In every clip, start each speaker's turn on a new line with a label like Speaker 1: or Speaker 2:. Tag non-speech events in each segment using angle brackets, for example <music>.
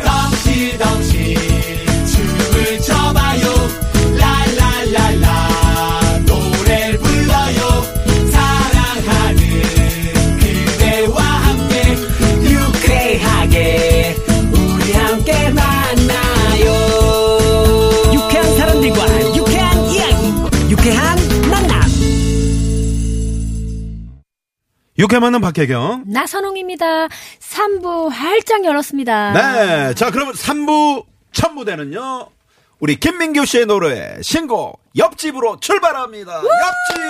Speaker 1: 덩실덩실 춤을 춰봐요 랄랄랄라 노래를 불러요 사랑하는 그대와 함께 유쾌하게 우리 함께 만나요 유쾌한 사람들과 유쾌한 이야기 유쾌한 만남
Speaker 2: 육회 만난 박혜경.
Speaker 3: 나선홍입니다. 3부 활짝 열었습니다.
Speaker 2: 네. 자, 그러면 3부 첫 무대는요. 우리 김민규 씨의 노래 신곡 옆집으로 출발합니다. 옆집.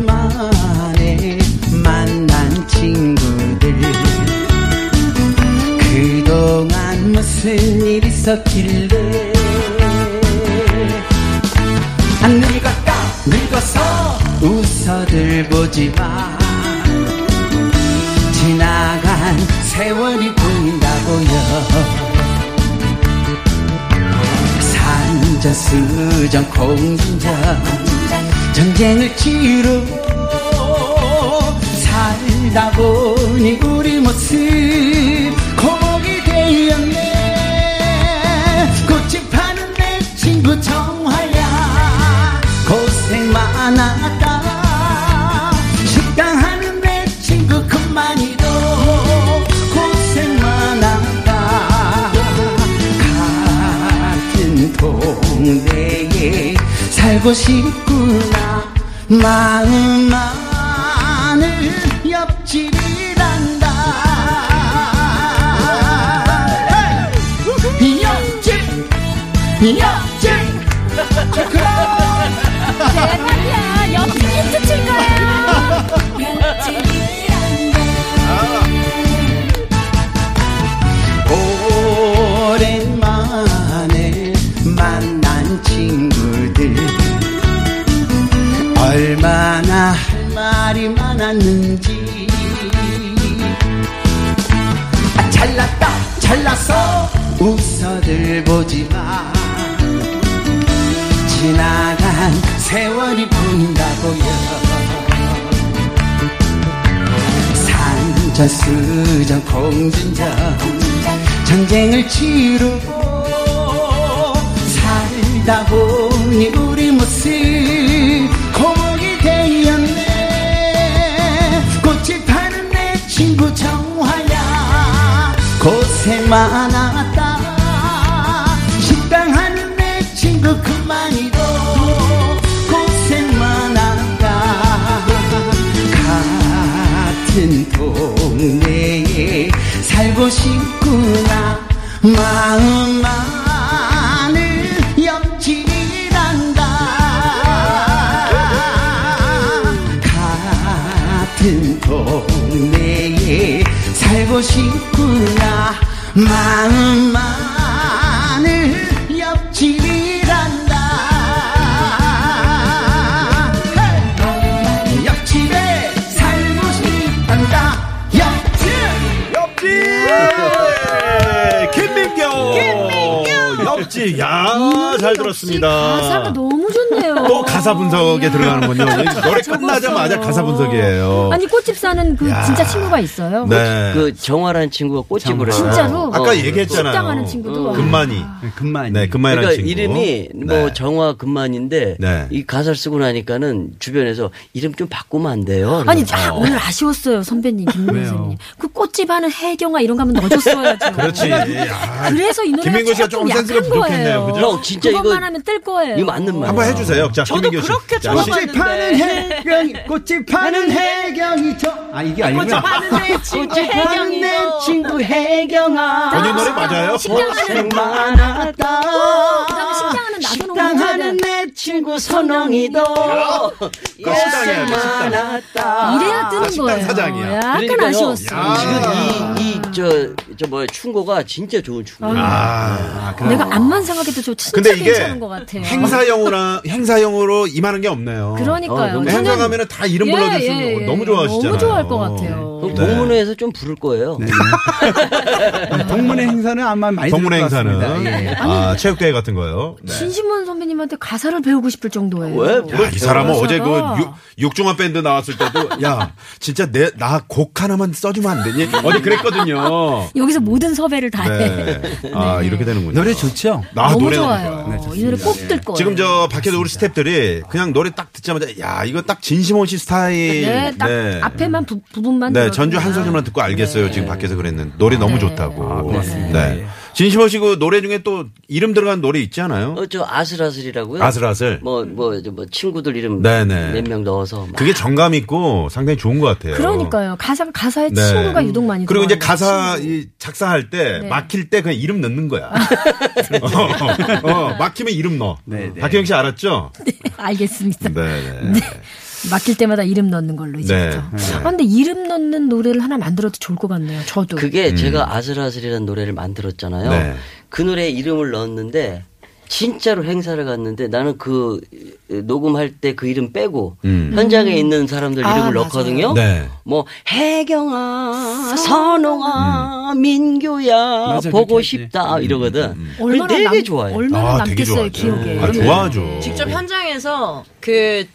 Speaker 1: 오랜만에 만난 친구들 그동안 무슨 일 있었길래 안 늙었다 늙어서 웃어들 보지마 지나간 세월이 보인다고요 산전 수전 공전 전쟁을 치르 살다 보니 우리 모습 고목이 되었네 꽃집 파는 내 친구 정화야 고생 많았다 식당 하는 내 친구 금만이도 고생 많았다 같은 동네에 살고 싶구나 마음만을 옆집이란다 헤이! 옆집 옆집
Speaker 3: 대박이야. 옆집 힌트 친 거야.
Speaker 1: 오랜만에 만난 친구들 얼마나 할 말이 많았는지 아, 잘났다 잘났어 웃어들 보지마 지나간 세월이 보인다고요 산전 수전 공전전 전쟁을 치르고 살다 보니 우리 모습 고목이 되었네 꽃이 파는 내 친구 정화야 고생 많았다 식당 하는 내 친구 그만이도 고생 많았다 같은 동네에 살고 싶구나 마음만을 옆집이란다 같은 동네에 살고 싶구나 마음만을 옆집이란다 옆집에 살고 싶단다 옆집
Speaker 2: 옆집. 김민규. 옆집. 야, 잘
Speaker 3: 음, 가사가
Speaker 2: 들었습니다.
Speaker 3: 너무 좋네요.
Speaker 2: 또 가사 분석에
Speaker 3: <laughs>
Speaker 2: 들어가는군요. 노래 끝나자마자 가사 분석이에요.
Speaker 3: 아니 꽃집 사는 그
Speaker 2: 야.
Speaker 3: 진짜 친구가 있어요.
Speaker 2: 네.
Speaker 4: 그 정화라는 친구가 꽃집을 해요.
Speaker 3: 진짜로?
Speaker 2: 아까
Speaker 4: 어.
Speaker 2: 얘기했잖아요.
Speaker 3: 식당하는 친구도.
Speaker 2: 금만이.
Speaker 5: 금마인.
Speaker 2: 네, 금만이라는
Speaker 4: 그러니까
Speaker 2: 친구.
Speaker 4: 이름이 뭐
Speaker 2: 네.
Speaker 4: 정화 금만인데
Speaker 2: 네.
Speaker 4: 이 가사를 쓰고 나니까는 주변에서 이름 좀 바꾸면 안 돼요.
Speaker 3: 아니
Speaker 4: 그래서.
Speaker 3: 아, 오늘 아쉬웠어요 선배님 김민규 선배님. 그 꽃집 하는 해경아 이런 거 하면 넣어줬어야죠.
Speaker 2: 그렇지. 아,
Speaker 3: 그래서 이 노래가
Speaker 2: 김민규 씨가
Speaker 3: 조금
Speaker 2: 조금 센스가
Speaker 3: 약한
Speaker 2: 부족했네요.
Speaker 3: 거예요.
Speaker 2: 그죠?
Speaker 4: 형, 진짜 이거-
Speaker 3: 그것만 하면 뜰 거예요.
Speaker 4: 이거 맞는 말이에요.
Speaker 2: 한번 해주세요. 자,
Speaker 6: 저도
Speaker 2: 김민규 씨.
Speaker 6: 그렇게
Speaker 2: 자,
Speaker 6: 저도
Speaker 2: 씨.
Speaker 6: 봤는데.
Speaker 1: 꽃집 파는
Speaker 5: 네.
Speaker 1: 해경이 꽃집 파는 해경이 저아 이게 아니구나
Speaker 6: 하는데 친구
Speaker 1: 꽃집 파는 내
Speaker 6: 해경이요.
Speaker 1: 친구 해경아
Speaker 2: 본인 노래 맞아요? 어,
Speaker 3: 식당 하는 어,
Speaker 1: 고생 많았다
Speaker 3: 그다음에 식당하는 나도 너무
Speaker 1: 식당 하는
Speaker 3: 문제는 뭐
Speaker 1: 내 친구 선홍이도
Speaker 2: 식당이야,
Speaker 1: 고생
Speaker 2: 어, 식당.
Speaker 1: 많았다
Speaker 3: 아, 이래야 뜨는 거예요.
Speaker 2: 아, 사장이야.
Speaker 3: 약간
Speaker 4: 그러니까요.
Speaker 3: 아쉬웠어.
Speaker 2: 야.
Speaker 3: 요
Speaker 4: 지금 이, 이 저, 저 뭐야, 충고가 진짜 좋은 충고. 아.
Speaker 2: 아, 그래.
Speaker 3: 내가 암만 생각해도 저 진짜
Speaker 2: 근데 이게
Speaker 3: 괜찮은 것 같아요.
Speaker 2: 행사용으로 행사용으로 임하는 게 없네요.
Speaker 3: 그러니까요.
Speaker 4: 어, 너무
Speaker 2: 행사
Speaker 3: 저는-
Speaker 2: 가면은 다 이름
Speaker 3: 예,
Speaker 2: 불러줄 수
Speaker 3: 예,
Speaker 2: 있는 거
Speaker 3: 예.
Speaker 2: 너무 좋아하시잖아요.
Speaker 3: 너무 좋아할 것 같아요.
Speaker 2: 네.
Speaker 4: 동문회에서 좀 부를 거예요.
Speaker 5: 동문회 행사는 아마 많이
Speaker 2: 동문회
Speaker 5: 들을 것
Speaker 2: 행사는
Speaker 5: 같습니다. 예.
Speaker 2: 아, 체육대회 같은 거요. 네.
Speaker 3: 신신문 선배님한테 가사를 배우고 싶을 정도예요.
Speaker 4: 왜?
Speaker 2: 야, 이 사람은 어제 그
Speaker 3: 가사가.
Speaker 2: 육, 육중한 밴드 나왔을 때도 야 진짜 내 나 곡 하나만 써주면 안 되니? 어디 그랬거든요.
Speaker 3: <laughs> 여기서 모든 섭외를 다 해.
Speaker 2: 네. 아 이렇게 되는군요.
Speaker 5: 노래 좋죠?
Speaker 2: 아,
Speaker 3: <laughs> 너무
Speaker 2: 노래
Speaker 3: 좋아요. 이 노래 꼭 들 거예요.
Speaker 2: 지금 저 밖에서 우리 스탭들이 그냥 노래 딱 듣자마자 야 이거 딱 진심원 씨 스타일.
Speaker 3: 네, 딱 앞에만 네. 부, 분만
Speaker 2: 네, 전주 한 소절만 듣고 알겠어요. 지금 밖에서 그랬는데 노래 너무
Speaker 3: 네.
Speaker 2: 좋다고.
Speaker 3: 아,
Speaker 5: 고맙습니다.
Speaker 2: 네. 진심원 씨그 노래 중에 또 이름 들어간 노래 있지 않아요?
Speaker 4: 어, 저
Speaker 3: 어.
Speaker 4: 아슬아슬이라고요?
Speaker 2: 아슬아슬.
Speaker 4: 뭐, 뭐, 저 뭐, 친구들 이름
Speaker 2: 네네.
Speaker 4: 몇 명 넣어서. 막.
Speaker 2: 그게 정감 있고 상당히 좋은 것 같아요.
Speaker 3: 그러니까요. 가사 가사에
Speaker 2: 네.
Speaker 3: 친구가 유독 많이 네.
Speaker 2: 그리고 이제
Speaker 3: 들어가요.
Speaker 2: 가사 이 작사할 때 막힐 때 그냥 이름 넣는 거야.
Speaker 3: 아,
Speaker 2: <laughs>
Speaker 3: 네.
Speaker 2: 어, 어, 막히면 이름 넣어.
Speaker 5: 네, 네.
Speaker 2: 박혜영 씨 알았죠?
Speaker 3: 친구. <laughs> 알겠습니다.
Speaker 2: 네.
Speaker 3: 맡길 때마다 이름 넣는 걸로 이제부터.
Speaker 2: 네.
Speaker 3: 아, 근데 이름 넣는 노래를 하나 만들어도 좋을 것 같네요. 저도.
Speaker 4: 그게 제가 아슬아슬이라는 노래를 만들었잖아요.
Speaker 2: 음. 네.
Speaker 4: 그 노래에 이름을 넣었는데 진짜로 행사를 갔는데 나는 그 녹음할 때 그 이름 빼고 현장에 있는 사람들
Speaker 3: 아,
Speaker 4: 이름을
Speaker 3: 맞아요.
Speaker 4: 넣거든요.
Speaker 2: 음. 네.
Speaker 3: 어?
Speaker 4: 뭐 해경아, 선홍아,
Speaker 2: 음.
Speaker 4: 민교야
Speaker 5: 맞아,
Speaker 4: 보고
Speaker 5: 그렇게
Speaker 4: 싶다 이러거든.
Speaker 3: 그렇죠. 네.
Speaker 2: 음.
Speaker 3: 얼마나
Speaker 4: 되게
Speaker 3: 남,
Speaker 4: 네 좋아해.
Speaker 3: 얼마나
Speaker 2: 아, 되게
Speaker 3: 남겠어요
Speaker 2: 좋아하죠.
Speaker 3: 기억에.
Speaker 2: 아, 좋아하죠.
Speaker 6: 직접 현장에서 그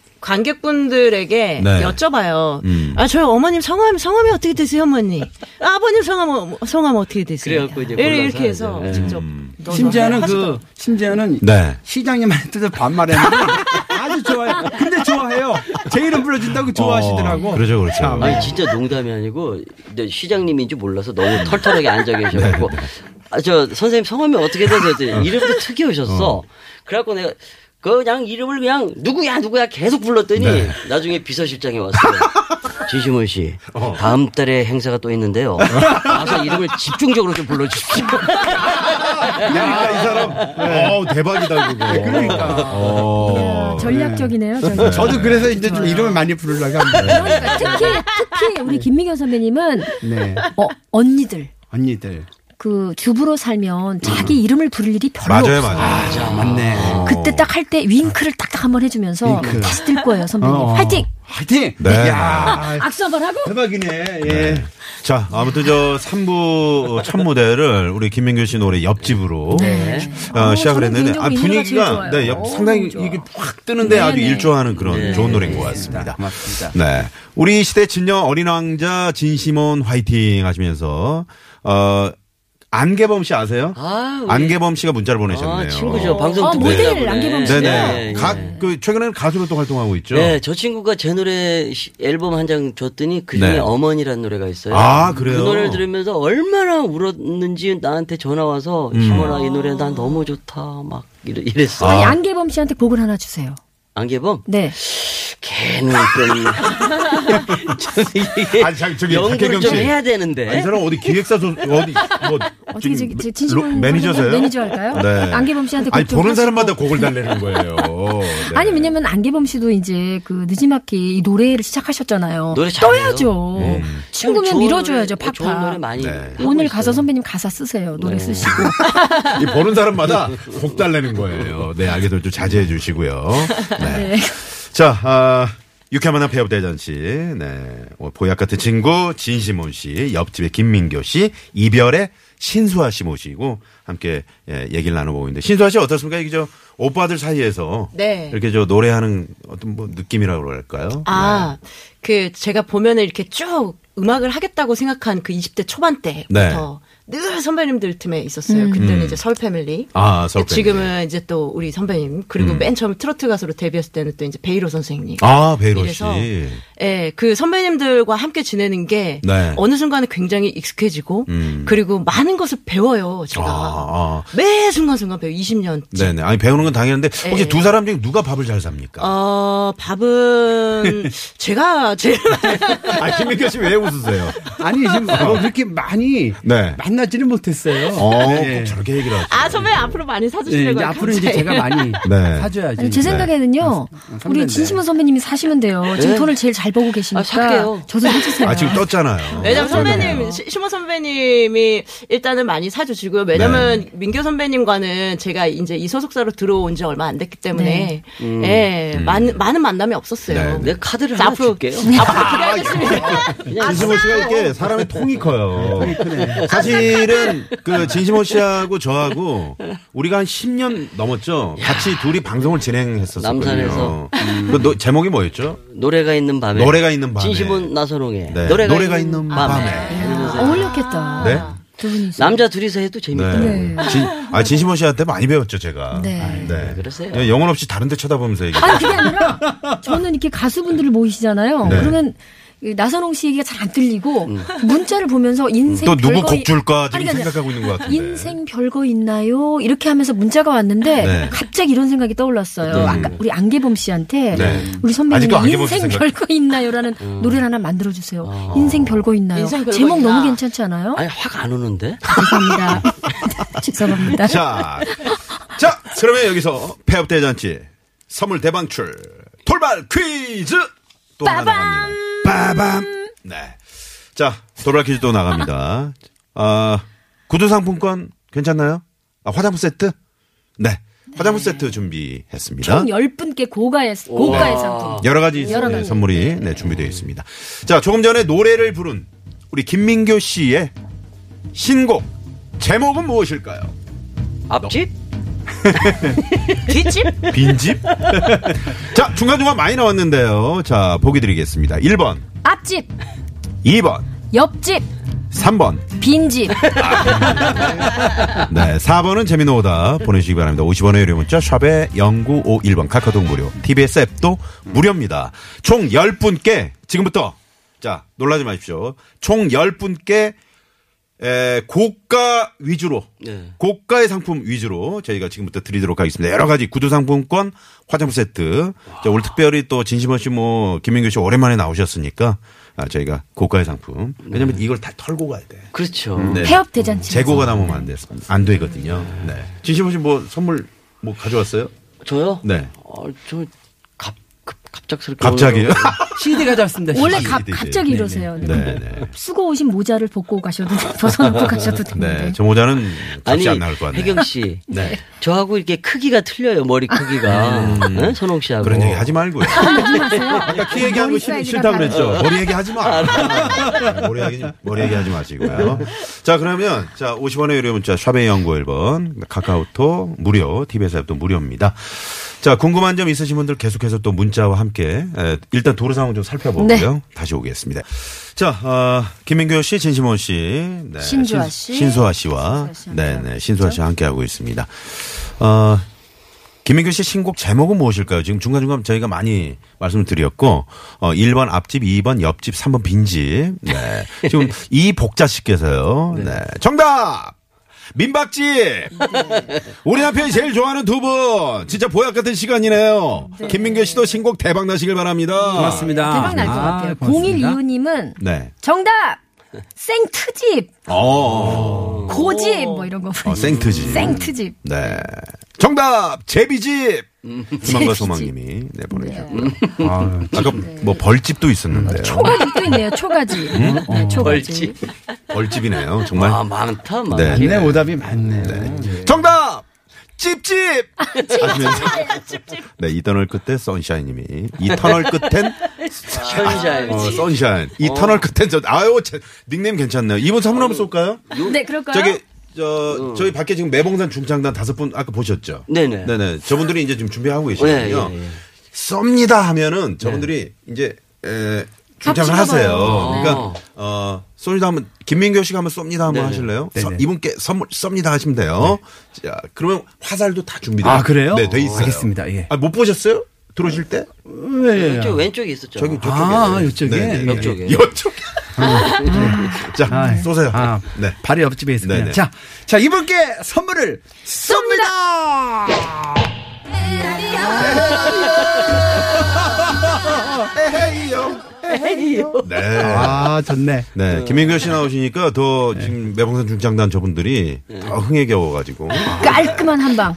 Speaker 6: 관객분들에게
Speaker 2: 네.
Speaker 6: 여쭤봐요.
Speaker 2: 음.
Speaker 6: 아, 저희 어머님 성함, 성함이 어떻게 되세요, 어머니? 아, 아버님 성함, 어- 성함 어떻게 되세요?
Speaker 4: 그래갖고 이제 골라서
Speaker 6: 이렇게 해서
Speaker 4: 하죠. 예.
Speaker 6: 직접. 넣어서
Speaker 5: 심지어는
Speaker 6: 하시더라고요.
Speaker 5: 그 심지어는
Speaker 2: 네.
Speaker 5: 시장님한테 도 반말했는데 아주 좋아요. 근데 좋아해요. 제 이름 불러준다고 좋아하시더라고.
Speaker 2: 어, 그렇죠, 그렇죠.
Speaker 5: 참.
Speaker 4: 아니 진짜 농담이 아니고 이제 시장님인 줄 몰라서 너무 털털하게 앉아
Speaker 2: <laughs>
Speaker 4: 계셔갖고
Speaker 2: 네,
Speaker 4: 아 저 선생님 성함이 어떻게 되세요? 그랬더니 이름도 특이하셨어. 그래갖고 내가 그냥 이름을 그냥 누구야 누구야 계속 불렀더니
Speaker 2: 네.
Speaker 4: 나중에 비서실장이
Speaker 2: <laughs>
Speaker 4: 왔어요. 진심원 씨
Speaker 2: 어.
Speaker 4: 다음 달에 행사가 또 있는데요. 와서 이름을 집중적으로 좀
Speaker 2: <laughs>
Speaker 4: 불러주십시오.
Speaker 2: 그러니까 이 사람. 어 대박이다 그거. 어. 그러니까.
Speaker 3: 이야, 음, 전략적이네요.
Speaker 2: <laughs>
Speaker 3: 저는.
Speaker 5: 저도 그래서 이제 좀 이름을 많이 부르려고 합니다.
Speaker 2: 네.
Speaker 3: 그러니까 특히 특히 우리 김미경 선배님은
Speaker 5: 네.
Speaker 3: 어, 언니들
Speaker 5: 언니들.
Speaker 3: 그 주부로 살면 자기 이름을 부를 일이 별로
Speaker 2: 음. 맞아요,
Speaker 3: 없어요.
Speaker 2: 맞아요. 어.
Speaker 5: 자, 맞네.
Speaker 3: 그때 딱 할 때 윙크를 딱딱 한번 해주면서
Speaker 5: 윙크.
Speaker 3: 다시 뜰 거예요 선배님.
Speaker 5: 어.
Speaker 3: 화이팅.
Speaker 5: 화이팅!
Speaker 2: 네.
Speaker 5: 이야,
Speaker 3: 악수 한번 하고.
Speaker 5: 대박이네. 예.
Speaker 2: 자, 아무튼 저 3부 어, 첫 무대를 우리 김민규 씨 노래 옆집으로 어,
Speaker 3: 어,
Speaker 2: 시작을
Speaker 3: 저는
Speaker 2: 했는데 아,
Speaker 3: 개인적으로 이 노래가
Speaker 2: 분위기가
Speaker 3: 제일 좋아요. 네,
Speaker 2: 네, 옆,
Speaker 3: 어,
Speaker 2: 상당히
Speaker 3: 너무 좋아.
Speaker 2: 이게 확 뜨는데 아주 일조하는 그런
Speaker 3: 네,
Speaker 2: 좋은 노래인 것 같습니다.
Speaker 5: 맞습니다.
Speaker 2: 네. 우리 시대 진녀 어린 왕자 진심원 화이팅 하시면서 어 안개범 씨 아세요?
Speaker 4: 아, 우리-
Speaker 2: 안개범 씨가 문자를 보내셨네요.
Speaker 4: 아, 친구죠. 방송
Speaker 3: 아,
Speaker 4: 듣고
Speaker 3: 모델
Speaker 4: 있나 보네.
Speaker 3: 안기범 씨요?
Speaker 2: 네네.
Speaker 4: 네,
Speaker 2: 가,
Speaker 4: 예.
Speaker 2: 그 최근에는 가수로 또 활동하고 있죠. <laughs>
Speaker 4: 네, 저 친구가 제 노래 시- 앨범 한 장 줬더니 그 중에
Speaker 2: 네.
Speaker 4: 어머니라는 노래가 있어요.
Speaker 2: 아, 그래요?
Speaker 4: 그 노래를 들으면서 얼마나 울었는지 나한테 전화 와서
Speaker 2: 음.
Speaker 4: 시원아 이 노래 난 너무 좋다 막 이래- 이랬어.
Speaker 3: 아니 안개범 씨한테 곡을 하나 주세요.
Speaker 4: 안개범
Speaker 3: 네.
Speaker 4: 걔는
Speaker 2: <laughs>
Speaker 4: 좀
Speaker 2: 아니, 자, 저기
Speaker 4: 예, 연구를
Speaker 2: 박혜경
Speaker 4: 좀
Speaker 2: 씨.
Speaker 4: 해야 되는데.
Speaker 2: 아니, 이 사람 어디 기획사 소 어디 뭐
Speaker 3: 어떻게
Speaker 2: 지금
Speaker 3: 저기
Speaker 2: 매-
Speaker 3: 제 진심원
Speaker 2: 로- 매니저세요?
Speaker 3: 매니저 할까요?
Speaker 2: 네.
Speaker 3: 안개범 씨한테
Speaker 2: 아니
Speaker 3: 곡좀
Speaker 2: 보는
Speaker 3: 하시고.
Speaker 2: 사람마다 곡을 달래는 거예요. 네.
Speaker 3: <laughs> 아니 왜냐면 안개범 씨도 이제 그 느지막이 이 노래를 시작하셨잖아요.
Speaker 4: 노래 잘해요. 네.
Speaker 3: 떠야죠. 친구면
Speaker 4: 좋은
Speaker 3: 밀어줘야죠.
Speaker 4: 노래, 좋은 노래
Speaker 3: 팍팍.
Speaker 4: 많이.
Speaker 2: 네.
Speaker 4: 하고
Speaker 3: 오늘
Speaker 4: 있어요. 네.
Speaker 3: 가서 선배님 가사 쓰세요. 노래
Speaker 4: <laughs>
Speaker 3: 쓰시고.
Speaker 2: 이 보는 사람마다 곡 달래는 거예요. 네, 알겠습니다. 좀 자제해 주시고요. 네. 자, 아, 유쾌한 만남 폐업 대전 씨, 네, 어, 보약 같은 친구 진시몬 씨, 옆집의 김민교 씨, 이별의 신수아 씨 모시고 함께 예, 얘기를 나눠보고 있는데 신수아 씨 어떻습니까? 이게 저 오빠들 사이에서
Speaker 6: 네.
Speaker 2: 이렇게 저 노래하는 어떤 뭐 느낌이라고 그럴까요?
Speaker 6: 아, 그 제가 보면은 이렇게 쭉 음악을 하겠다고 생각한 그 20대 초반 때부터 늘 선배님들 틈에 있었어요. 그때는 이제 서울 패밀리.
Speaker 2: 아, 서울
Speaker 6: 지금은 이제 또 우리 선배님 그리고 맨 처음 트로트 가수로 데뷔했을 때는 또 이제 베이로 선생님.
Speaker 2: 아, 베이로 씨.
Speaker 6: 이래서 예, 그 선배님들과 함께 지내는 게
Speaker 2: 네. 음.
Speaker 6: 어느 순간에 굉장히 익숙해지고 그리고 많은 것을 배워요, 제가.
Speaker 2: 아, 아.
Speaker 6: 매 순간순간 배워 20년.
Speaker 2: 네네. 아니 배우는 건 당연한데 혹시
Speaker 6: 예.
Speaker 2: 두 사람 중에 누가 밥을 잘 삽니까?
Speaker 6: 어, 밥은 <laughs> 제가 제일
Speaker 2: 아, 김민교 씨 왜 웃으세요?
Speaker 3: 어.
Speaker 5: 아니, 지금 뭐 그렇게 많이,
Speaker 2: 네.
Speaker 5: 많이 만나지는 못했어요.
Speaker 2: 어,
Speaker 5: 네.
Speaker 2: 꼭 저렇게 얘기를 하죠.
Speaker 6: 아 선배님 앞으로 많이
Speaker 5: 예,
Speaker 6: 사주시는
Speaker 5: 이제
Speaker 6: 거예요.
Speaker 5: 앞으로 이제
Speaker 6: 갑자기.
Speaker 5: 제가 많이
Speaker 2: 네.
Speaker 5: 사줘야지.
Speaker 3: 아니, 제 생각에는요, 우리
Speaker 5: 선배인데.
Speaker 3: 진심원 선배님이 사시면 돼요. 지금
Speaker 4: 네.
Speaker 3: 돈을 제일 잘 버고 계시니까.
Speaker 4: 아, 살게요.
Speaker 3: 저도 해주세요.
Speaker 2: 아, 지금 떴잖아요.
Speaker 6: <laughs>
Speaker 2: 떴잖아요.
Speaker 6: 왜냐면 선배님 시- 심호 선배님이 일단은 많이 사주시고요. 왜냐면
Speaker 2: 네.
Speaker 6: 민교 선배님과는 제가 이제 이 소속사로 들어온 지 얼마 안 됐기 때문에
Speaker 5: 네.
Speaker 6: 예 많은 많은 만남이 없었어요.
Speaker 2: 음. 네,
Speaker 4: 내 카드를
Speaker 6: 자,
Speaker 4: 하나
Speaker 6: 앞으로
Speaker 4: 줄게요.
Speaker 6: 앞으로 기대하겠습니다.
Speaker 4: 그냥
Speaker 2: 진심호 씨가 이렇게 사람의 네, 통이 커요. 사실은 그 진심호 씨하고 저하고 우리가 한 10년 넘었죠. 같이 둘이 방송을 진행했었거든요.
Speaker 4: 남산에서.
Speaker 2: 그 노- 제목이 뭐였죠?
Speaker 4: 노래가 있는 밤에
Speaker 2: 노래가 있는 밤에.
Speaker 4: 진심은 나선홍의
Speaker 2: 네.
Speaker 4: 노래가,
Speaker 2: 노래가 있는 밤에.
Speaker 4: 이러면서
Speaker 3: 아, 어울렸겠다.
Speaker 2: 네?
Speaker 3: 두 분이서.
Speaker 4: 남자 둘이서 해도 재밌다.
Speaker 2: 네. 진, 아, 진심호 씨한테 많이 배웠죠, 제가.
Speaker 3: 네.
Speaker 2: 네.
Speaker 4: 그러세요.
Speaker 2: 그냥 영혼 없이 다른 데 쳐다보면서 얘기.
Speaker 3: 아니, 그게 아니라, 저는 이렇게 가수분들을 모이시잖아요.
Speaker 2: 네.
Speaker 3: 그러면, 이 나선홍 씨 얘기가 잘 안 들리고,
Speaker 4: 음.
Speaker 3: 문자를 보면서 인생.
Speaker 2: 또 누구
Speaker 3: 별거 이-
Speaker 2: 곡 줄까 지금
Speaker 3: 아니, 그러니까
Speaker 2: 생각하고 있는 것 같은데.
Speaker 3: 인생 별거 있나요? 이렇게 하면서 문자가 왔는데
Speaker 2: 네.
Speaker 3: 갑자기 이런 생각이 떠올랐어요. 아까 우리 안개범 씨한테
Speaker 2: 네. 아직도
Speaker 3: 우리 선배님이
Speaker 2: 안개범 씨 생각-
Speaker 3: 인생
Speaker 2: 음. 아.
Speaker 3: 별거 있나요라는 노래를 하나 만들어 주세요. 인생 별거 있나요?
Speaker 6: 인생 별거
Speaker 3: 제목
Speaker 6: 있나?
Speaker 3: 너무 괜찮지 않아요?
Speaker 4: 아니 화가 안 오는데?
Speaker 3: 죄송합니다. <laughs> 죄송합니다.
Speaker 2: 자, 자, 그러면 여기서 폐업 대잔치 선물 대방출 돌발 퀴즈 또 하나 나갑니다. 빠밤. 네. 자, 돌발 퀴즈 또 나갑니다. 아, 구두 상품권 괜찮나요? 아, 화장품 세트? 네. 화장품 세트 준비했습니다.
Speaker 3: 총 10분께 고가의 고가의 상품.
Speaker 2: 여러 가지
Speaker 3: 여러
Speaker 2: 네,
Speaker 3: 가지.
Speaker 2: 선물이 네, 준비되어 있습니다. 자, 조금 전에 노래를 부른 우리 김민교 씨의 신곡 제목은 무엇일까요?
Speaker 4: 앞집?
Speaker 6: <laughs> 뒷집
Speaker 2: 빈집? 자, 중간중간 많이 나왔는데요. 자, 보기 드리겠습니다. 1번,
Speaker 3: 앞집,
Speaker 2: 2번,
Speaker 3: 옆집,
Speaker 2: 3번,
Speaker 3: 빈집.
Speaker 2: 네, 4번은 재미노 오다 보내주시기 바랍니다. 50원의 유료 문자, 샵에 0951번, 카카오톡 무료, TBS 앱도 무료입니다. 총 10분께, 지금부터, 자, 놀라지 마십시오. 총 10분께, 에, 고가 위주로,
Speaker 4: 네.
Speaker 2: 고가의 상품 위주로 저희가 지금부터 드리도록 하겠습니다. 여러 가지 구두 상품권, 화장품 세트. 자, 오늘 특별히 또 진심원 씨, 뭐, 김민규 씨 오랜만에 나오셨으니까, 아, 저희가 고가의 상품. 왜냐면 이걸 다 털고 가야 돼.
Speaker 4: 그렇죠.
Speaker 2: 음.
Speaker 4: 음.
Speaker 3: 폐업 대잔치.
Speaker 2: 네. 재고가 남으면 안, 돼, 안 되거든요. 네. 진심 혹시 뭐 선물 뭐 가져왔어요?
Speaker 4: 저요?
Speaker 2: 네.
Speaker 4: 어, 저 갑, 갑, 갑작스럽게
Speaker 2: 갑자기요? <laughs>
Speaker 4: 오늘
Speaker 5: CD 가져왔습니다.
Speaker 3: 원래 그-
Speaker 2: 아,
Speaker 3: 갑,
Speaker 2: 네, 네,
Speaker 3: 갑자기
Speaker 2: 네,
Speaker 3: 이러세요.
Speaker 2: 네, 네.
Speaker 3: 쓰고 오신 모자를 벗고 가셔도 벗어놓고 가셔도 되는데.
Speaker 2: 네. 저 모자는 값이
Speaker 4: 아니
Speaker 2: 안 나올 것 같네요.
Speaker 4: 혜경 씨,
Speaker 2: <laughs> 네.
Speaker 4: 저하고 이렇게 크기가 틀려요 머리 크기가
Speaker 7: 네?
Speaker 4: 응? 선홍
Speaker 2: 음.
Speaker 4: 씨하고
Speaker 2: 그런 얘기 하지 말고요.
Speaker 3: <laughs> 하지 마세요. 아,
Speaker 2: 아까 키 얘기하는 거
Speaker 3: 머리
Speaker 2: 싫,
Speaker 3: 사이즈가
Speaker 2: 싫다
Speaker 3: 다르-
Speaker 2: 그랬죠. 머리 얘기하지 마.
Speaker 3: 아.
Speaker 2: <laughs> 머리 얘기 머리 얘기하지 마시고요. 자 그러면 자 50원의 유료 문자 샵의 연구 1번 카카오톡 무료 TBS 앱도 무료입니다. 자 궁금한 점 있으신 분들 계속해서 또 문자와 함께 에, 일단 도로 상황 좀 살펴보고요.
Speaker 3: 네.
Speaker 2: 다시 오겠습니다. 자 어, 김민교 씨, 진심원 씨, 네,
Speaker 3: 신주아
Speaker 2: 신-
Speaker 3: 씨.
Speaker 2: 신수아 씨와
Speaker 3: 신수아 씨 함께하고
Speaker 2: 네네 신수아 씨와 함께 하고 있습니다. 어, 김민규 씨 신곡 제목은 무엇일까요? 지금 중간중간 저희가 많이 말씀을 드렸고, 어, 1번 앞집, 2번 옆집, 3번 빈집. 네. 지금 이복자 씨께서요. 네. 정답! 민박집! 우리 남편이 제일 좋아하는 두 분! 진짜 보약 같은 시간이네요. 김민규 씨도 신곡 대박 나시길 바랍니다.
Speaker 5: 고맙습니다.
Speaker 3: 대박 날 것 같아요.
Speaker 5: 고맙습니다.
Speaker 3: 0125님은
Speaker 2: 네.
Speaker 3: 정답! 생트집,
Speaker 2: 어,
Speaker 3: 고집, 뭐 이런 거.
Speaker 2: 어, 생트집.
Speaker 3: 생트집.
Speaker 2: 네. 정답! 음. 제비집! 희망과 소망님이 네, 음, 보내주셨고요. 아, 아까 뭐 벌집도 있었는데요.
Speaker 3: 초가집도 있네요, 초가집. 네, 초가집.
Speaker 4: 벌집.
Speaker 2: 벌집이네요. 정말.
Speaker 4: 아 많다 많.
Speaker 2: 네.
Speaker 4: 네.
Speaker 5: 네, 오답이 많네요.
Speaker 2: 정답! 찝찝! <laughs> 아시면서? 네, 이터널 끝에 선샤인님이. 이터널 끝엔
Speaker 4: 현샤인.
Speaker 2: 어, 선샤인. 이터널 끝엔 저, 아유, 제, 닉네임 괜찮네요. 이분 선물 한번 쏠까요?
Speaker 3: 네, 그럴까요?
Speaker 2: 저기, 저, 저희 밖에 지금 매봉산 중창단 다섯 분 아까 보셨죠?
Speaker 4: 어. 네네.
Speaker 2: 네네. 저분들이 이제 지금 준비하고 계시거든요.
Speaker 4: 네, 예, 네. 예.
Speaker 2: 썹니다 하면은 저분들이 이제, 에, 중창을
Speaker 3: 합치나
Speaker 2: 하세요.
Speaker 3: 봐요.
Speaker 4: 네.
Speaker 2: 그러니까, 어, 쏩니다 하면, 김민교 씨가 한번 쏩니다 한번
Speaker 4: 네네.
Speaker 2: 하실래요?
Speaker 5: 네네.
Speaker 2: 서- 이분께 선물 쏩니다 하시면 돼요.
Speaker 4: 네.
Speaker 2: 자, 그러면 화살도 다 준비돼요.
Speaker 5: 아, 그래요?
Speaker 2: 네, 돼 있어요.
Speaker 5: 알겠습니다. 예.
Speaker 2: 아, 못 보셨어요? 들어오실 때?
Speaker 5: 왜?
Speaker 4: 저 왼쪽에 있었죠.
Speaker 2: 저기, 저쪽에. 네,
Speaker 5: 아, 이쪽에? 네.
Speaker 4: 이쪽에.
Speaker 2: 이쪽에. <laughs> 자, 쏘세요.
Speaker 5: 아,
Speaker 2: <laughs> 네.
Speaker 5: 발이 옆집에 있습니다.
Speaker 2: 네네.
Speaker 5: 자, 자, 이분께 선물을 쏩니다!
Speaker 2: 에헤이요. 네.
Speaker 1: 아, 좋네.
Speaker 2: 네,
Speaker 7: 그
Speaker 2: 김민교 씨 나오시니까 더
Speaker 7: 네.
Speaker 2: 지금 매봉산 중장단 저분들이 더 흥에 겨워가지고. 아,
Speaker 3: 깔끔한 한 방.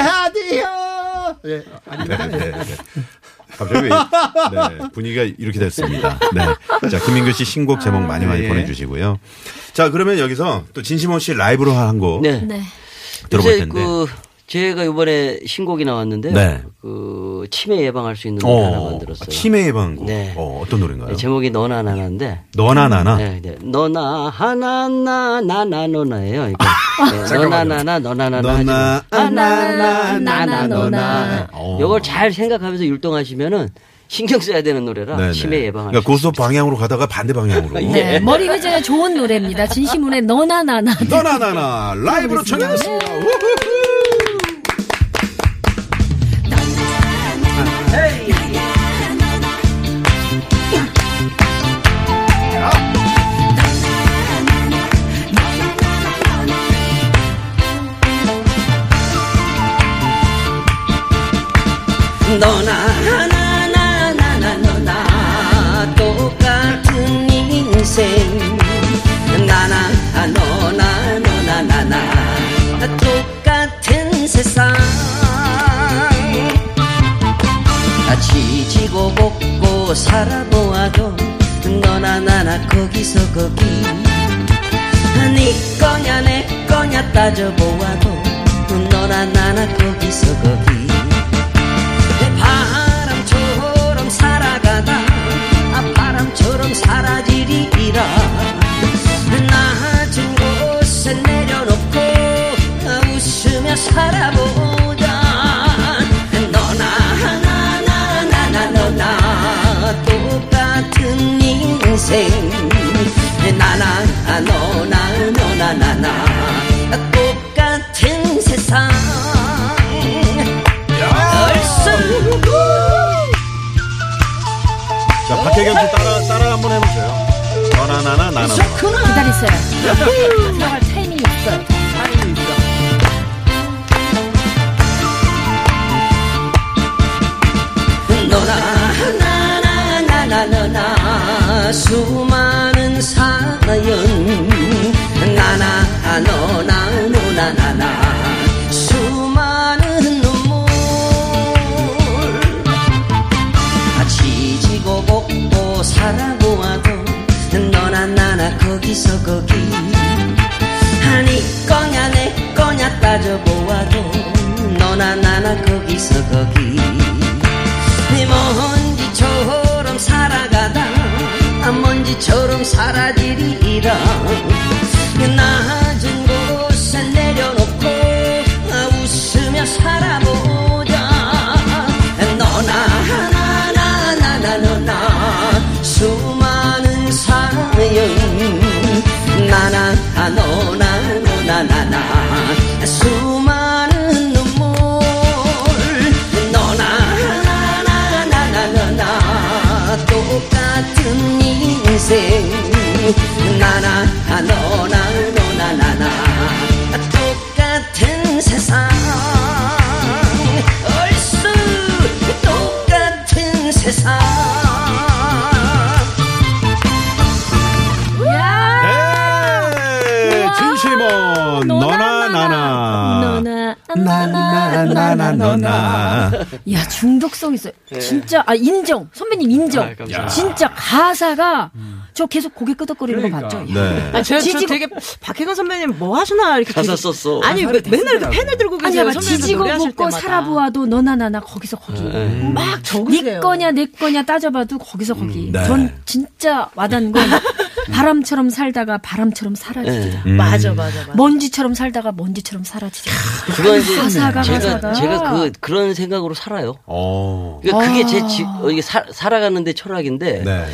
Speaker 1: 에하디요! 예.
Speaker 2: 네, 네, 네. 갑자기 왜, 네, 분위기가 이렇게 됐습니다. 네. 자, 김민교 씨 신곡
Speaker 7: 아,
Speaker 2: 제목 많이 많이
Speaker 7: 네.
Speaker 1: 예.
Speaker 2: 보내주시고요. 자, 그러면 여기서 또 진심원 씨 라이브로 한곡
Speaker 7: 네.
Speaker 3: 네.
Speaker 2: 들어볼
Speaker 7: 요새
Speaker 2: 텐데.
Speaker 7: 그 제가 이번에 신곡이 나왔는데요.
Speaker 2: 네.
Speaker 7: 그 치매 예방할 수 있는 노래 하나
Speaker 2: 어,
Speaker 7: 만들었어요.
Speaker 2: 치매 예방곡.
Speaker 7: 네.
Speaker 2: 어, 어떤 노래인가요? 아.
Speaker 7: 네, 제목이 너나 나나인데.
Speaker 2: 너나 나나.
Speaker 7: 네, 네. 너나 하나 나나나
Speaker 2: <laughs>
Speaker 7: 너나예요. 이거. 네, 너나 나나 너나 나나.
Speaker 2: 너나
Speaker 7: 하나
Speaker 3: 아, 나나,
Speaker 7: 나나
Speaker 3: 너나.
Speaker 7: 너나. 이걸 잘 생각하면서 율동하시면은 신경 써야 되는 노래라
Speaker 2: 네네.
Speaker 7: 치매 예방할
Speaker 2: 그러니까 고속 방향으로 가다가 반대 방향으로.
Speaker 3: 네. 머리 의자에 좋은 노래입니다. 진심훈의 너나 나나.
Speaker 2: 너나 나나 라이브로 청해봤습니다.
Speaker 7: 너나 하나 나나 너나 똑같은 인생 나나 아, 너나 너나 나나 똑같은 세상 지지고 볶고 살아보아도 너나 나나 거기서 거기 네 거냐 내 거냐 따져보아도 너나 나나 거기서 거기 바람처럼 살아가다 아, 바람처럼 사라지리라 낮은 곳에 내려놓고 아, 웃으며 살아보자 너나 나나 나나 너나 똑같은 인생 나나 아, 너나 너나 나나 아, 똑같은 세상
Speaker 2: 자, 박혜경 씨 따라 따라 한번 해보세요. 너나 나나 나나.
Speaker 3: 기다리세요. 들어갈 타이밍이 있어요.
Speaker 7: 너나 나나나나 너나 수많은 사연 나나 너나 너나 나나 수많은 눈물 아, 지지고 볶고 살아보아도 너나 나나 거기서 거기 아니 거냐 내 거냐 따져보아도 너나 나나 거기서 거기 네 먼지처럼 살아가다 아, 먼지처럼 사라지리라 그 낮은 곳에 내려놓고 아, 웃으며 살아보자 너나 나나 나나 너나 수많은 사연 나나 아, 너나 너나 나나 수많은 눈물 너나 나나 나나 너나 똑같은 인생 나나 너나 너나 나나 똑같은 세상 얼쑤 똑같은 세상
Speaker 2: 네, 진심원 너나 나나.
Speaker 3: 너나
Speaker 1: 나나, 나나,
Speaker 2: 너나.
Speaker 3: 야 중독성 있어요. 진짜 아 인정 선배님 인정. 진짜 가사가 저 계속 고개 끄덕거리는 거 봤죠?
Speaker 2: 네.
Speaker 6: 아, 저, 저
Speaker 3: 지지고-
Speaker 6: 되게 박혜건 선배님 뭐 하시나
Speaker 3: 그
Speaker 6: 이렇게
Speaker 7: 가사
Speaker 6: 계속-
Speaker 7: 썼어.
Speaker 6: 아니 왜 맨날 이렇게 펜을 들고
Speaker 3: 아니
Speaker 6: 계세요?
Speaker 3: 막
Speaker 6: 선배님들
Speaker 3: 지지고
Speaker 6: 그러니까 노래하실
Speaker 3: 볶고
Speaker 6: 때마다.
Speaker 3: 살아보아도 너나 나나 거기서 거기
Speaker 4: 네.
Speaker 6: 막 적으세요.
Speaker 3: 네 거냐 내 거냐 따져봐도 거기서 거기.
Speaker 2: 네.
Speaker 3: 전 진짜 와닿는 건 바람처럼 살다가 바람처럼
Speaker 4: 네.
Speaker 3: 사라지자.
Speaker 4: 음.
Speaker 6: 맞아 맞아 맞아.
Speaker 3: 먼지처럼 살다가 먼지처럼 사라지자.
Speaker 7: 그거 이제
Speaker 3: 가사가, 가사가.
Speaker 7: 제가 제가 그 그런 생각으로 살아요.
Speaker 2: 어.
Speaker 7: 그러니까 그게
Speaker 3: 아.
Speaker 7: 제 지, 어, 이게 살- 살아가는데 철학인데
Speaker 2: 네.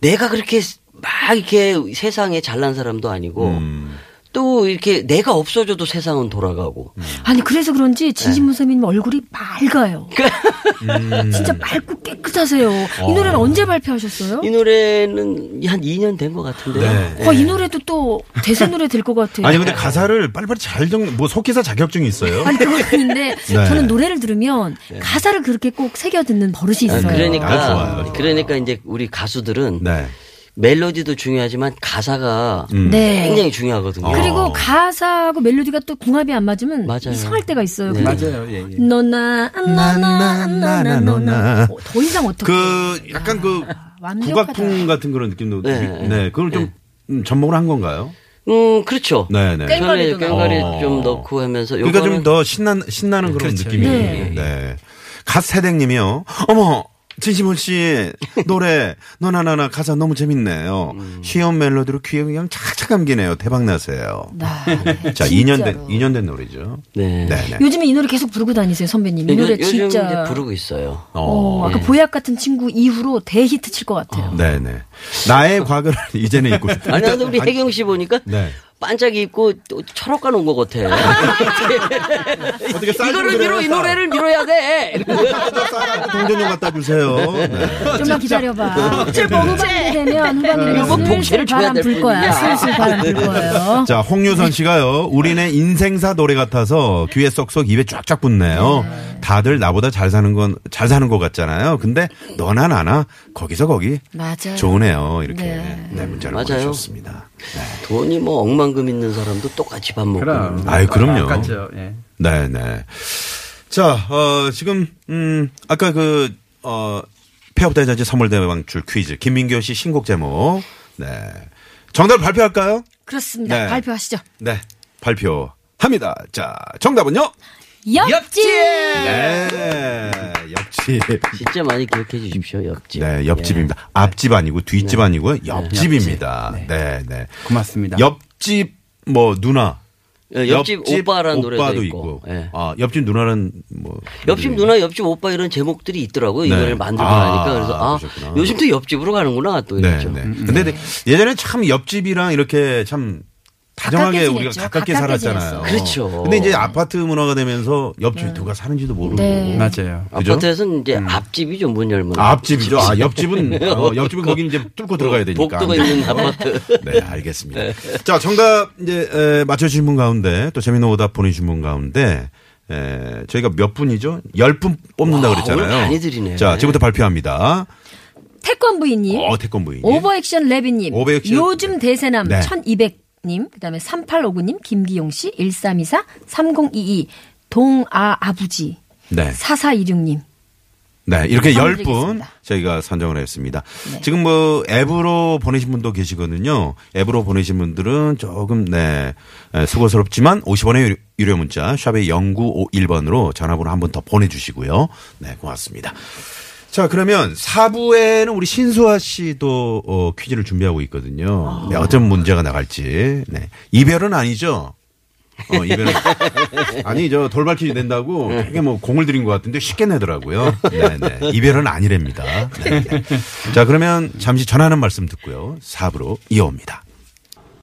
Speaker 7: 내가 그렇게 막 이렇게 세상에 잘난 사람도 아니고
Speaker 2: 음.
Speaker 4: 또 이렇게 내가 없어져도 세상은 돌아가고.
Speaker 3: 아니 그래서 그런지 진심문 선배님 얼굴이 맑아요. 진짜 맑고 깨끗하세요. 이 노래는 언제 발표하셨어요?
Speaker 4: 이 노래는 한 2년 된 것 같은데요.
Speaker 2: 네.
Speaker 3: 와, 어, 이 노래도 또 대세 노래 될 것 같아요.
Speaker 2: 아니 근데 가사를 빨리빨리 잘 정, 뭐 속기사 자격증이 있어요?
Speaker 3: 아니, 그건 아닌데 저는 노래를 들으면 가사를 그렇게 꼭 새겨 듣는 버릇이
Speaker 4: 아,
Speaker 3: 있어요.
Speaker 4: 그러니까
Speaker 2: 아, 좋아요, 좋아요.
Speaker 4: 그러니까 이제 우리 가수들은
Speaker 2: 네.
Speaker 4: 멜로디도 중요하지만 가사가
Speaker 2: 음.
Speaker 3: 네.
Speaker 4: 굉장히 중요하거든요.
Speaker 3: 그리고
Speaker 2: 어.
Speaker 3: 가사하고 멜로디가 또 궁합이 안 맞으면
Speaker 4: 맞아요.
Speaker 3: 이상할 때가 있어요.
Speaker 4: 네.
Speaker 3: 근데
Speaker 5: 맞아요. 예, 예.
Speaker 3: 너나 나나 나나
Speaker 2: 나나.
Speaker 3: 나나 어, 더 이상 어떻게
Speaker 2: 그 약간 그
Speaker 3: 완벽하다.
Speaker 2: 국악풍 같은 그런 느낌도 네,
Speaker 4: 네.
Speaker 2: 그걸 좀 음, 접목을 한 건가요?
Speaker 4: 음, 그렇죠.
Speaker 2: 네, 네.
Speaker 4: 꽹과리 꽹과리
Speaker 2: 어.
Speaker 4: 좀 넣고 하면서
Speaker 2: 그러니까
Speaker 4: 요거는
Speaker 2: 좀 더 신난 신나는 그런 느낌이. 네.
Speaker 3: 네.
Speaker 2: 네. 갓 세댁님이요. 어머. 진심원 씨 노래 너나나나 가사 너무 재밌네요. 쉬운 멜로디로 귀에 그냥 착착 감기네요. 대박 나세요.
Speaker 3: 나, 네.
Speaker 2: 자, 2년 된 2년 된 노래죠.
Speaker 4: 네.
Speaker 2: 네, 네.
Speaker 3: 요즘에 이 노래 계속 부르고 다니세요, 선배님. 이
Speaker 4: 요-
Speaker 3: 노래
Speaker 4: 요즘
Speaker 3: 진짜
Speaker 4: 이제 부르고 있어요.
Speaker 2: 어.
Speaker 3: 어, 아까 보약 같은 친구 이후로 대히트 칠 것 같아요.
Speaker 2: 네, 네. 나의 과거를 이제는 잊고 싶다.
Speaker 4: 아니, 나도 우리 혜경 씨 보니까
Speaker 2: 네.
Speaker 4: 반짝이 입고 또 철학관 온 것 같아.
Speaker 2: <laughs> 어떻게
Speaker 4: 이거를 밀어, 이 노래를 밀어야 돼.
Speaker 2: 동전좀 갖다 주세요. 네.
Speaker 3: 좀만 기다려봐. 뭐 후반기 되면 후반기는 슬슬
Speaker 4: 봉쇄를 줘야
Speaker 3: 바람
Speaker 4: 될
Speaker 3: 불 거야.
Speaker 4: 뿐이야.
Speaker 3: 슬슬 바람 불 거예요.
Speaker 2: 자, 홍유선 씨가요. 우리네 인생사 노래 같아서 귀에 쏙쏙 입에 쫙쫙 붙네요. 다들 나보다 잘 사는 건 잘 사는 것 같잖아요. 근데 너나 나나 거기서 거기
Speaker 3: 맞아요.
Speaker 2: 좋으네요. 이렇게 네,
Speaker 3: 네.
Speaker 2: 문자를
Speaker 4: 맞아요.
Speaker 2: 보내주셨습니다. 네.
Speaker 4: 돈이 뭐 억만금 있는 사람도 똑같이 밥 먹고.
Speaker 5: 그럼.
Speaker 2: 아이, 그럼요.
Speaker 5: 똑같죠. 예.
Speaker 2: 네, 네. 자, 어, 지금 음 아까 그 어, 폐업 대잔치 선물 대방출 퀴즈 김민교 씨 신곡 제목. 네. 정답 발표할까요?
Speaker 3: 그렇습니다.
Speaker 2: 네.
Speaker 3: 발표하시죠.
Speaker 2: 네. 발표합니다. 자, 정답은요?
Speaker 3: 옆집!
Speaker 2: 네. 옆집.
Speaker 4: 진짜 많이 기억해 주십시오, 옆집. 예.
Speaker 2: 네, 옆집입니다. 앞집 아니고 뒷집
Speaker 4: 네.
Speaker 2: 아니고요. 옆집입니다. 네, 네.
Speaker 5: 고맙습니다.
Speaker 2: 옆집 뭐 누나
Speaker 4: 예, 옆집, 오빠라는 노래도 있고. 예.
Speaker 2: 아, 옆집 누나는 뭐
Speaker 4: 옆집 누나, 옆집 오빠 이런 제목들이 있더라고요. 이
Speaker 2: 네.
Speaker 4: 노래를 만들고
Speaker 2: 아,
Speaker 4: 나니까. 그래서 아,
Speaker 2: 그러셨구나.
Speaker 4: 요즘 또 옆집으로 가는구나. 또
Speaker 2: 네,
Speaker 4: 이랬죠. 음.
Speaker 2: 네. 근데 예전에 참 옆집이랑 이렇게 참 다정하게
Speaker 3: 가깝게
Speaker 2: 우리가
Speaker 3: 지냈죠.
Speaker 2: 가깝게,
Speaker 3: 가깝게
Speaker 2: 살았잖아요.
Speaker 3: 지냈어.
Speaker 4: 그렇죠.
Speaker 2: 근데 이제 아파트 문화가 되면서 옆집이 누가 사는지도 모르고.
Speaker 3: 네.
Speaker 5: 맞아요.
Speaker 2: 그죠? 음.
Speaker 4: 아파트에서는 이제 앞집이죠, 문 열면.
Speaker 2: 아, 앞집이죠. 아, 옆집은,
Speaker 4: <laughs>
Speaker 2: 어, 옆집은 거긴 이제 뚫고 들어가야 되니까.
Speaker 4: 뭐 복도가 있는 아파트.
Speaker 2: 네, 알겠습니다. 자, 정답 이제 에, 맞춰주신 분 가운데 또 재미있는 오답 보내주신 분 가운데 에, 저희가 몇 분이죠? 열 분 뽑는다
Speaker 4: 와,
Speaker 2: 그랬잖아요.
Speaker 4: 오늘 많이 드리네.
Speaker 2: 자, 지금부터 발표합니다.
Speaker 3: 태권부인님,
Speaker 2: 어, 태권부인.
Speaker 3: 예? 오버액션 레비님,
Speaker 2: 오버액션-
Speaker 3: 요즘 대세남
Speaker 2: 네.
Speaker 3: 1200님, 그 다음에 3859님, 김기용씨, 1324, 3022, 동아 아부지,
Speaker 2: 네.
Speaker 3: 4426님.
Speaker 2: 네, 이렇게 열 분
Speaker 3: 선물드리겠습니다. 네.
Speaker 2: 저희가 선정을 했습니다. 지금 뭐 앱으로 보내신 분도 계시거든요. 앱으로 보내신 분들은 조금 네 에, 수고스럽지만 50원의 유료, 유료 문자 샵의 0951번으로 전화번호 한 번 더 보내주시고요. 네, 고맙습니다. 자, 그러면 4부에는 우리 신수아 씨도 어, 퀴즈를 준비하고
Speaker 3: 아.
Speaker 2: 있거든요. 네, 어떤 문제가 나갈지. 네, 이별은 아니죠. 어, 이별은 아니 저 돌발 퀴즈 낸다고 되게 뭐 공을 들인 것 같은데 쉽게 내더라고요. 네네 이별은 네, 아니랍니다. 네네. 자 그러면 잠시 전하는 말씀 듣고요. 4부로 이어옵니다.